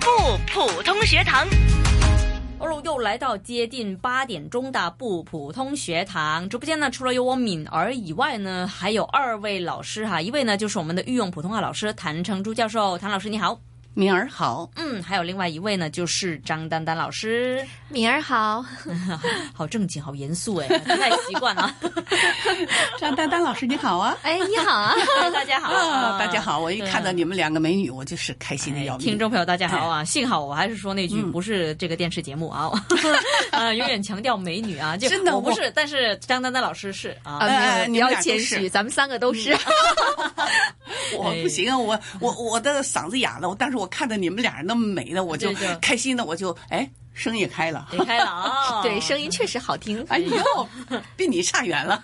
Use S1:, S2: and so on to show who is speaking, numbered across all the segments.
S1: 普通学堂。
S2: 哦，又来到接近八点钟的不普通学堂直播间呢，除了有我敏儿以外呢，还有二位老师哈，一位呢就是我们的御用普通话老师谭成珠教授，谭老师你好。
S3: 敏儿好，
S2: 嗯，还有另外一位呢，就是张丹丹老师，
S4: 敏儿好，
S2: 好正经，好严肃哎，不太习惯啊。
S3: 张丹丹老师你好啊！
S4: 哎，你好啊！
S2: 大家好、
S3: 啊， 大家好！我一看到你们两个美女，我就是开心的要
S2: 哎
S3: 命。
S2: 听众朋友大家好啊！幸好我还是说那
S3: 嗯
S2: 句，不是这个电视节目啊， 啊，永远强调美女啊，就
S3: 真的
S2: 我不
S3: 我
S2: 是，但是张丹丹老师是啊，
S3: 哎哎
S4: 啊，
S3: 你们
S4: 没有，不
S3: 俩
S4: 要
S3: 都
S4: 谦
S3: 是
S4: 虚，咱们三个都是。
S3: 我
S2: 哎
S3: 不行啊，我我我的嗓子哑了，我但是我看到你们俩人那么美的，我就
S2: 对对
S3: 开心的，我就哎声也开了。
S2: 离开了 啊，
S4: 对，声音确实好听。
S3: 嗯哦哎呦，比你差远 了。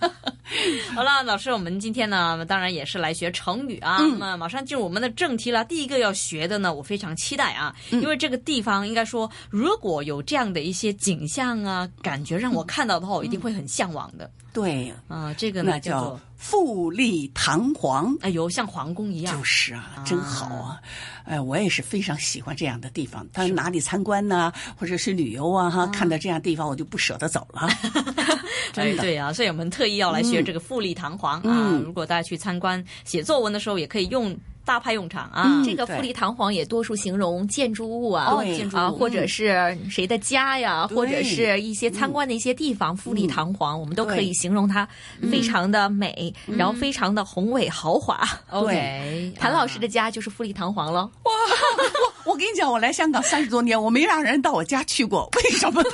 S2: 好了，老师，我们今天呢，当然也是来学成语啊。那
S3: 嗯
S2: 么马上进入我们的正题了。第一个要学的呢，我非常期待啊，
S3: 嗯
S2: 因为这个地方应该说，如果有这样的一些景象啊，感觉让我看到的话，我一定会很向往的
S3: 对，
S2: 啊。这个
S3: 嗯那
S2: 呢叫做
S3: 叫，富丽堂皇。
S2: 哎呦，像皇宫一样
S3: 就。是啊，真好啊！哎，我也是非常喜欢这样的地方。但哪里参观呐，或者是旅游啊，哈，看到这样地方我就不舍得走了。
S2: 哎
S3: 真，的
S2: 对啊，所以我们特意要来学这个富丽堂皇啊。
S3: 嗯
S2: 如果大家去参观写作文的时候，也可以用大派用场啊。
S3: 嗯
S4: 这个
S3: 对
S4: 富丽堂皇也多数形容建筑物啊，
S3: 对
S2: 建筑物
S4: 啊，或者是谁的家呀，
S3: 嗯对嗯
S4: 或者是一些参观的一些地方，富丽堂皇，我们都可以形容它非
S3: 嗯
S4: 常的美，然后非常的宏伟豪华。
S2: OK，
S4: 谭老师
S2: 的
S4: 的家就是富丽堂皇 喽。
S3: 我跟你讲，我来香港三十多年，我没让人到我家去过，为什么呢？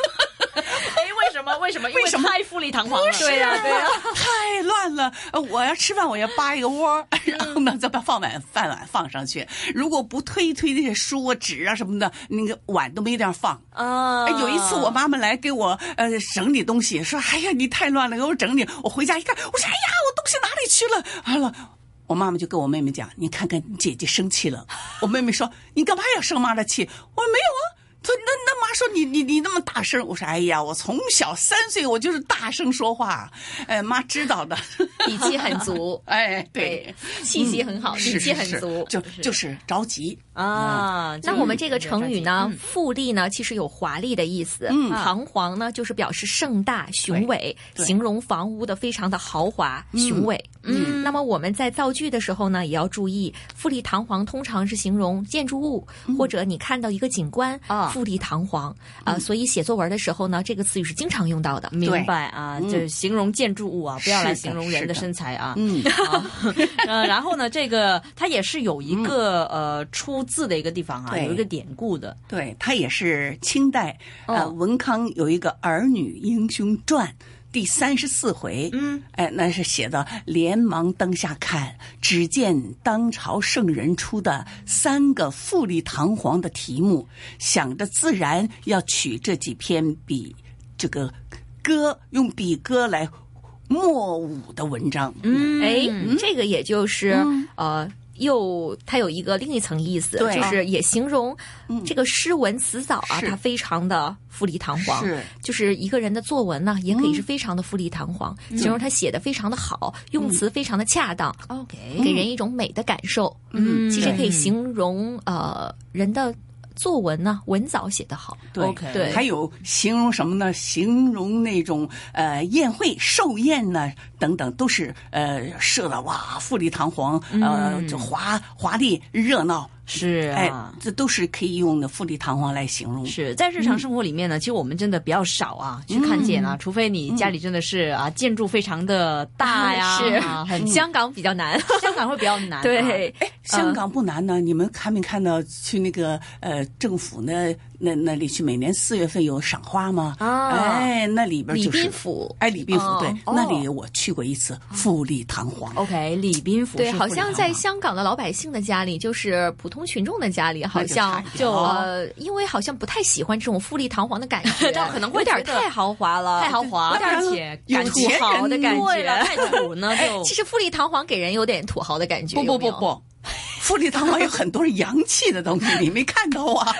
S2: 哎，为什么？为什么？因为
S3: 为什么啊
S2: 太富丽堂皇了。对呀，对呀。啊
S3: 太乱了！呃我要吃饭，我要扒一个窝儿，然后呢，再把放碗饭碗放上去。如果不推一推那些书啊、纸啊什么的，那个碗都没地儿放。
S2: 啊、
S3: 哎，有一次我妈妈来给我呃整理东西，说：“哎呀，你太乱了，给我整理。”我回家一看，我说：“哎呀，我东西哪里去了？”完了。我妈妈就跟我妹妹讲：“你看看你姐姐生气了。”我妹妹说：“你干嘛要生妈的气？”我说：“没有啊。”她说：“那那妈说你你你那么大声。”我说：“哎呀，我从小三岁我就是大声说话，哎，妈知道的。，
S4: 底气很足
S3: 哎，
S4: 对
S3: 对，，嗯
S4: 气息很好，
S3: 是
S4: 底气
S3: 是
S4: 很
S3: 是
S4: 足，。
S3: 就就是着急。
S2: 啊，
S4: 那我们这个成语呢
S2: 嗯，
S4: 富丽呢，其实有华丽的意思。啊
S3: 嗯
S4: 堂皇呢，就是表示盛大雄伟，
S3: 对
S4: 形容房屋的非常的豪华雄伟。嗯，那么我们在造句的时候呢，也要注意，富丽堂皇通常是形容建筑物，或者你看到一个景观
S2: 啊，
S4: 富丽堂皇啊，所以写作文的时候呢，这个词语是经常用到的。
S2: 明白啊，就是形容建筑物啊，不要来形容人的身材啊。 嗯，呃，然后呢，这个它也是有一个呃出自的一个地方啊，
S3: 对
S2: 有一个典故的。
S3: 对，它也是清代呃、
S2: 哦
S3: 文康有一个《儿女英雄传》第三十四回，嗯，哎，那是写的连忙灯下看，只见当朝圣人出的三个富丽堂皇的题目，想着自然要取这几篇比这个歌用比歌来默舞的文章，嗯，
S4: 哎，这个也就是、呃，又它有一个另一层意思，
S3: 对嗯
S4: 就是也形容这个诗文词藻啊，
S3: 是
S4: 它非常的富丽堂皇。
S3: 是嗯
S4: 就是一个人的作文呢，也可以是非常的富丽堂皇，形容他写的非常的好，用词非常的恰当，
S2: OK，
S4: 给人一种美的感受。
S2: 嗯
S4: 其实可以
S3: 对
S4: 形容呃人的作文呢，文藻写得好。
S3: 对
S2: OK
S4: 对
S3: 还有形容什么呢？形容那种呃宴会、寿宴呢等等，都是呃设的哇富丽堂皇，呃就华华丽热闹，
S2: 是
S3: 哎
S2: 啊，，
S3: 这都是可以用的富丽堂皇来形容。
S2: 是在日常生活里面呢，其实我们真的比较少啊去看见啊，除非你家里真的是啊建筑非常的大呀，
S4: 是
S2: 啊
S3: 嗯
S2: 很
S4: 香港比较 难，
S2: 香港会比较难啊。
S4: 对，
S3: 香港不难呢，你们看没看到去那个呃政府那那那里去？每年四月份有赏花吗？
S2: 啊
S3: 哎，那里边
S4: 礼
S3: 就是
S4: 宾府。
S3: 哎礼宾府
S4: 哦
S3: 对，
S2: 哦
S3: 那里我去过一次，富丽堂皇。
S2: ，OK，礼宾府
S4: 对，
S2: 是
S4: 好
S2: 富丽
S4: 像
S2: 堂
S4: 在
S2: 皇
S4: 香港的老百姓的家里，就是普通群众的家里，好
S3: 就差
S4: 像
S3: 一点
S4: 就
S3: 了
S4: 呃，因为好像不太喜欢这种富丽堂皇的感觉，
S2: 但可能会
S4: 有点儿
S2: 觉得
S4: 太豪华了，
S2: 太豪华
S4: 有点
S2: 而
S4: 儿
S2: 且
S3: 有
S2: 感
S3: 感
S2: 土
S3: 土钱
S2: 豪
S3: 豪
S2: 的
S3: 的
S2: 感
S3: 感
S2: 觉，
S3: 觉
S2: 太土 呢
S3: 哎
S2: 就。
S4: 其实富丽堂皇给人有点土豪的感觉，
S3: 不不
S4: 有没
S3: 不
S4: 有，
S3: 不，富丽堂皇有很多洋气的东西，你没看到 啊？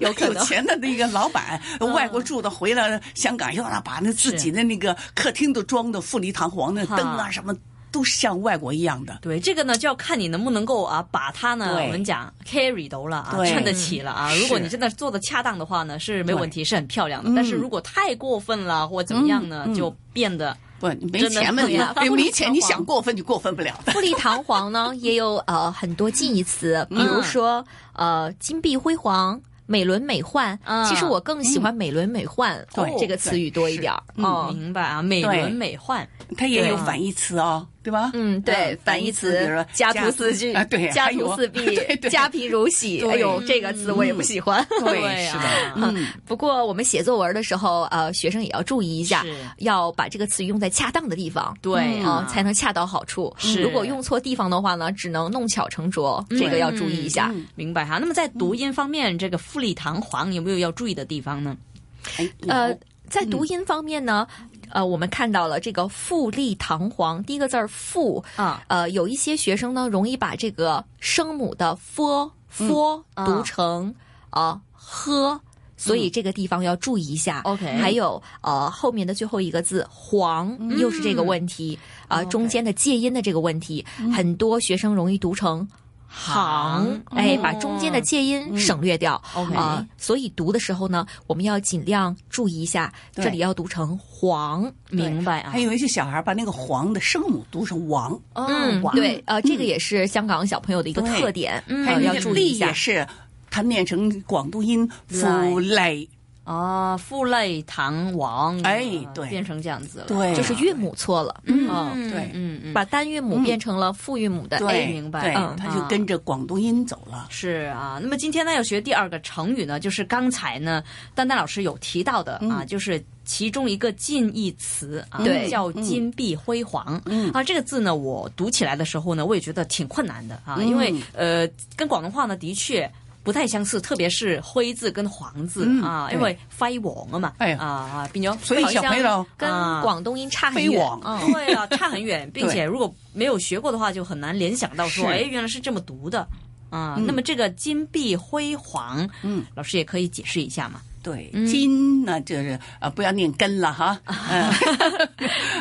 S3: 有
S4: 可能嗯
S3: 钱的那个老板，外国住的回来香港，又让把那自己的那个客厅都装的富丽堂皇的灯啊，
S2: 哈
S3: 什么都是像外国一样的。
S2: 对，这个呢就要看你能不能够啊，把它呢，
S3: 对
S2: 我们讲 carry 到了啊，
S3: 对
S2: 撑得起了啊。
S3: 嗯
S2: 如果
S3: 是嗯
S2: 你真的做的恰当的话呢，是没问题，是很漂亮的。但是如果太过分了或怎么样呢，就变得
S3: 不，你没
S2: 真的
S3: 钱 嘛，
S2: 很
S3: 你
S2: 麻烦
S3: 没钱，你想过分就过分不了的。
S4: 富丽堂皇呢，也有呃很多近义词，嗯比如说呃金碧辉煌、美轮美奂。
S2: 嗯
S4: 其实我更喜欢美轮美奂、
S3: 对
S4: 这个词语多一点儿。
S3: 对
S4: 哦
S2: 明白啊，美轮美奂。
S3: 它也有
S2: 对
S3: 反义词哦，对吧？
S4: 啊嗯，对，反义词
S3: 比如说，
S4: 家徒四壁
S3: 啊，对，
S4: 家
S3: 还有
S4: 徒四
S3: 对
S4: 壁，
S3: 对
S4: 家贫如洗。
S3: 对嗯
S4: 哎呦，这个词我也不喜欢。
S3: 对，是的，
S2: 啊，
S3: 嗯，
S4: 不过我们写作文的时候，呃，学生也要注意一下
S2: 是，
S4: 要把这个词语用在恰当的地方，
S2: 对
S4: 啊、
S3: 嗯
S2: 啊
S4: 才能恰到好处。
S2: 是
S4: 如果用错地方的话呢，只能弄巧成拙，
S3: 嗯
S4: 这个要注意一下。
S2: 明白哈。那么在读音方面，这个富丽堂皇有没有要注意的地方呢？
S3: 哎，
S4: 呃
S3: 有，
S4: 在
S3: 嗯
S4: 读音方面呢，呃，我们看到了这个富丽堂皇，第一个字儿富，
S3: 嗯
S2: 啊，
S4: 呃，有一些学生呢容易把这个声母的 f f
S2: 嗯
S4: 读成啊 h，所以这个地方要注意一下。
S2: OK
S4: 还有呃后面的最后一个字黄，又是这个问题啊，
S2: 嗯 OK 嗯
S4: 中间的介音的这个问题，很多学生容易读成。行，哎，
S2: 哦嗯
S4: 把中间的介音省略掉啊、
S2: OK
S4: 所以读的时候呢，我们要尽量注意一下，
S3: 对
S4: 这里要读成黄，
S2: 明白啊
S3: 还。有一些小孩把那个“黄”的声母读成“王
S4: 嗯，
S3: 王
S4: 对，呃，这个也是香港小朋友的一个
S3: 对
S4: 特点，”，
S3: 还有
S4: 呃，
S3: 那
S4: 要
S3: 个
S4: 注
S3: 嗯力
S4: 意一下
S3: 也。是，它念成广东音“福累
S2: 啊，富丽堂皇，
S3: 哎
S2: 啊
S3: 对
S2: 变成这样子了，”，
S3: 对，
S4: 就是韵母错了，嗯，
S2: 嗯，
S3: 对
S2: 嗯嗯，
S4: 把单韵母变成了复韵母的哎 A，
S3: 对，
S2: 明白
S3: 对
S2: 嗯，
S3: 他就
S2: 啊
S3: 跟着广东音走了。
S2: 是啊，那么今天呢要学第二个成语呢，就是刚才呢丹丹老师有提到
S3: 嗯
S2: 的啊，就是其中一个近义词啊，
S4: 对
S2: 叫金碧辉煌。嗯啊，这个字呢，我读起来的时候呢，我也觉得挺困难的
S3: 嗯
S2: 啊，因为呃，跟广东话呢的确。不太相似，特别是“辉”字跟“黄”字、
S3: 嗯
S2: 啊，
S3: 对
S2: 因为辉煌啊嘛，
S3: 哎呀
S2: 啊啊，变咗
S3: 所以小朋友
S4: 跟
S2: 啊
S4: 广东音差很
S3: 飞
S4: 远。
S3: 往
S4: 嗯，
S2: 对啊，差很远，并且如果没有学过的话，就很难联想到说，
S3: 是
S2: 哎，原来是这么读的啊。那么这个金碧辉煌，
S3: 嗯，
S2: 老师也可以解释一下嘛？
S3: 对，
S2: 嗯
S3: 金呢就是呃不要念根 了哈，呃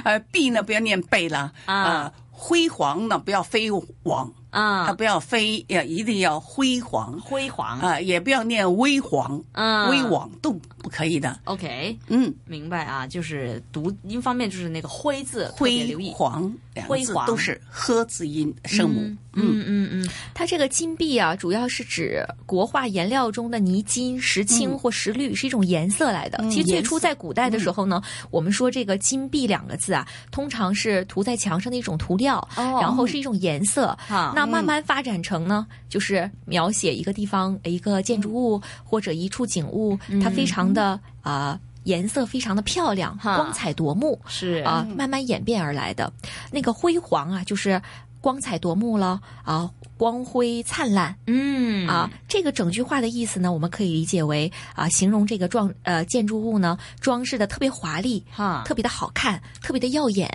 S3: 呃碧呢不要念贝了
S2: 啊
S3: 呃辉煌呢不要飞往，啊
S2: 啊，
S3: 不要飞，要一定要辉煌
S2: 辉煌，
S3: 啊，也不要念微黄，
S2: 啊
S3: 微往都不可以的，
S2: ，OK，
S3: 嗯，
S2: 明白啊，就是读音方面就是那个辉字，特别
S3: 辉
S2: 留意。
S3: 煌两个
S2: 辉
S3: 字
S2: 煌
S3: 都是呵字音声母，
S2: 嗯嗯嗯，
S4: 它这个金币啊，主要是指国画颜料中的泥金、石青或石绿，是一种颜色来的。其实最初在古代的时候呢，我们说这个金币两个字啊，通常是涂在墙上的一种涂料，
S2: 哦
S4: 然后是一种颜色。
S2: 好，
S4: 那慢慢发展成呢，就是描写一个地方、一个建筑物
S2: 嗯
S4: 或者一处景物，它非常的啊、呃颜色非常的漂亮，
S2: 哈
S4: 光彩夺目
S2: 是
S4: 啊、慢慢演变而来的。那个辉煌啊，就是光彩夺目了啊、光辉灿烂
S2: 嗯
S4: 啊、这个整句话的意思呢，我们可以理解为啊、形容这个装呃建筑物呢装饰的特别华丽，
S2: 哈
S4: 特别的好看，特别的耀眼，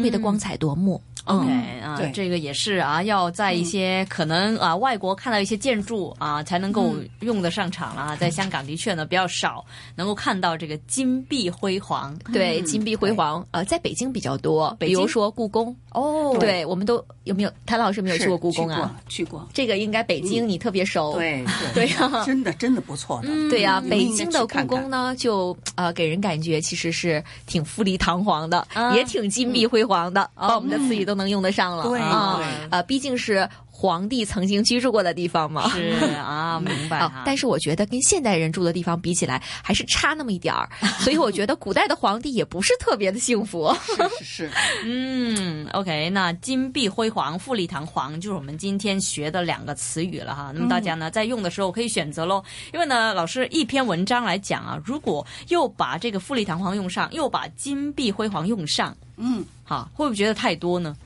S2: 嗯
S4: 别的光彩夺目。
S2: ，OK
S4: 嗯
S2: 啊
S3: 对，
S2: 这个也是啊，要在一些可能啊外国看到一些建筑啊，才能够用得上场啊。在香港的确呢比较少能够看到这个金碧辉煌
S4: 对，
S3: 嗯
S4: 金碧辉煌，呃，在北京比较多，
S2: 北
S4: 比如
S2: 京
S4: 说故宫，
S2: 哦
S4: 对我们都有没有？谭老师有没有去
S3: 是
S4: 过故宫啊？？
S3: 去过，嗯
S4: 这个应该北京你特别熟，
S3: 对 对
S4: 对呀
S3: 真的真的不错的，
S4: 对呀、
S3: 嗯
S4: 北
S3: 应该
S4: 京
S3: 去
S4: 的故
S3: 看
S4: 宫啊
S3: 看
S4: 呢，就呃给人感觉其实是挺富丽堂皇的，
S2: 啊
S4: 也挺金碧辉煌的，把我们的词语都能用得上了
S3: 嗯哦对
S4: 啊
S3: 对。
S4: 呃，毕竟是皇帝曾经居住过的地方嘛。
S2: 是 啊，明白
S4: 啊
S2: 哈，。
S4: 但是我觉得跟现代人住的地方比起来，还是差那么一点 儿，所以我觉得古代的皇帝也不是特别的幸福。
S3: 是是是，
S2: 嗯，OK，那金碧辉煌、富丽堂皇就是我们今天学的两个词语了哈。那么大家呢，在用的时候可以选择喽，因为呢，老师一篇文章来讲啊，如果又把这个富丽堂皇用上，又把金碧辉煌用上，
S3: 嗯，
S2: 哈，会不会觉得太多呢？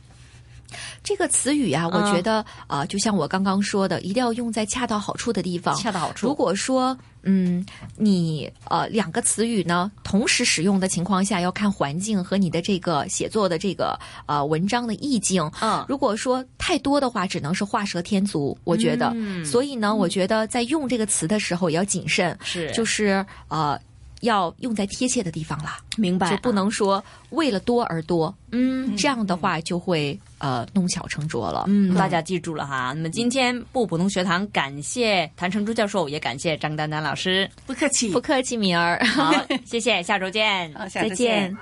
S4: 这个词语啊，我
S2: 嗯
S4: 觉得啊、呃就像我刚刚说的，一定要用在恰到好处的地方。
S2: 恰到好处
S4: 如果说，嗯，你呃两个词语呢同时使用的情况下，要看环境和你的这个写作的这个呃文章的意境。
S2: 嗯
S4: 如果说太多的话，只能是画蛇添足，我觉得。
S2: 嗯
S4: 所以呢，我觉得在用这个词的时候也要谨慎，
S2: 是
S4: 就是呃要用在贴切的地方啦。
S2: 明白
S4: 就不能说为了多而多，
S2: 啊嗯
S4: 这样的话就会呃弄巧成拙了。
S2: 嗯，大家记住了哈。那么今天不普通学堂感谢谭成珠教授，也感谢张丹丹老师。
S3: 不客气
S4: 不，客气，米儿。
S2: 好，谢谢，下周见。
S3: 啊下
S4: 再
S3: 次
S4: 见。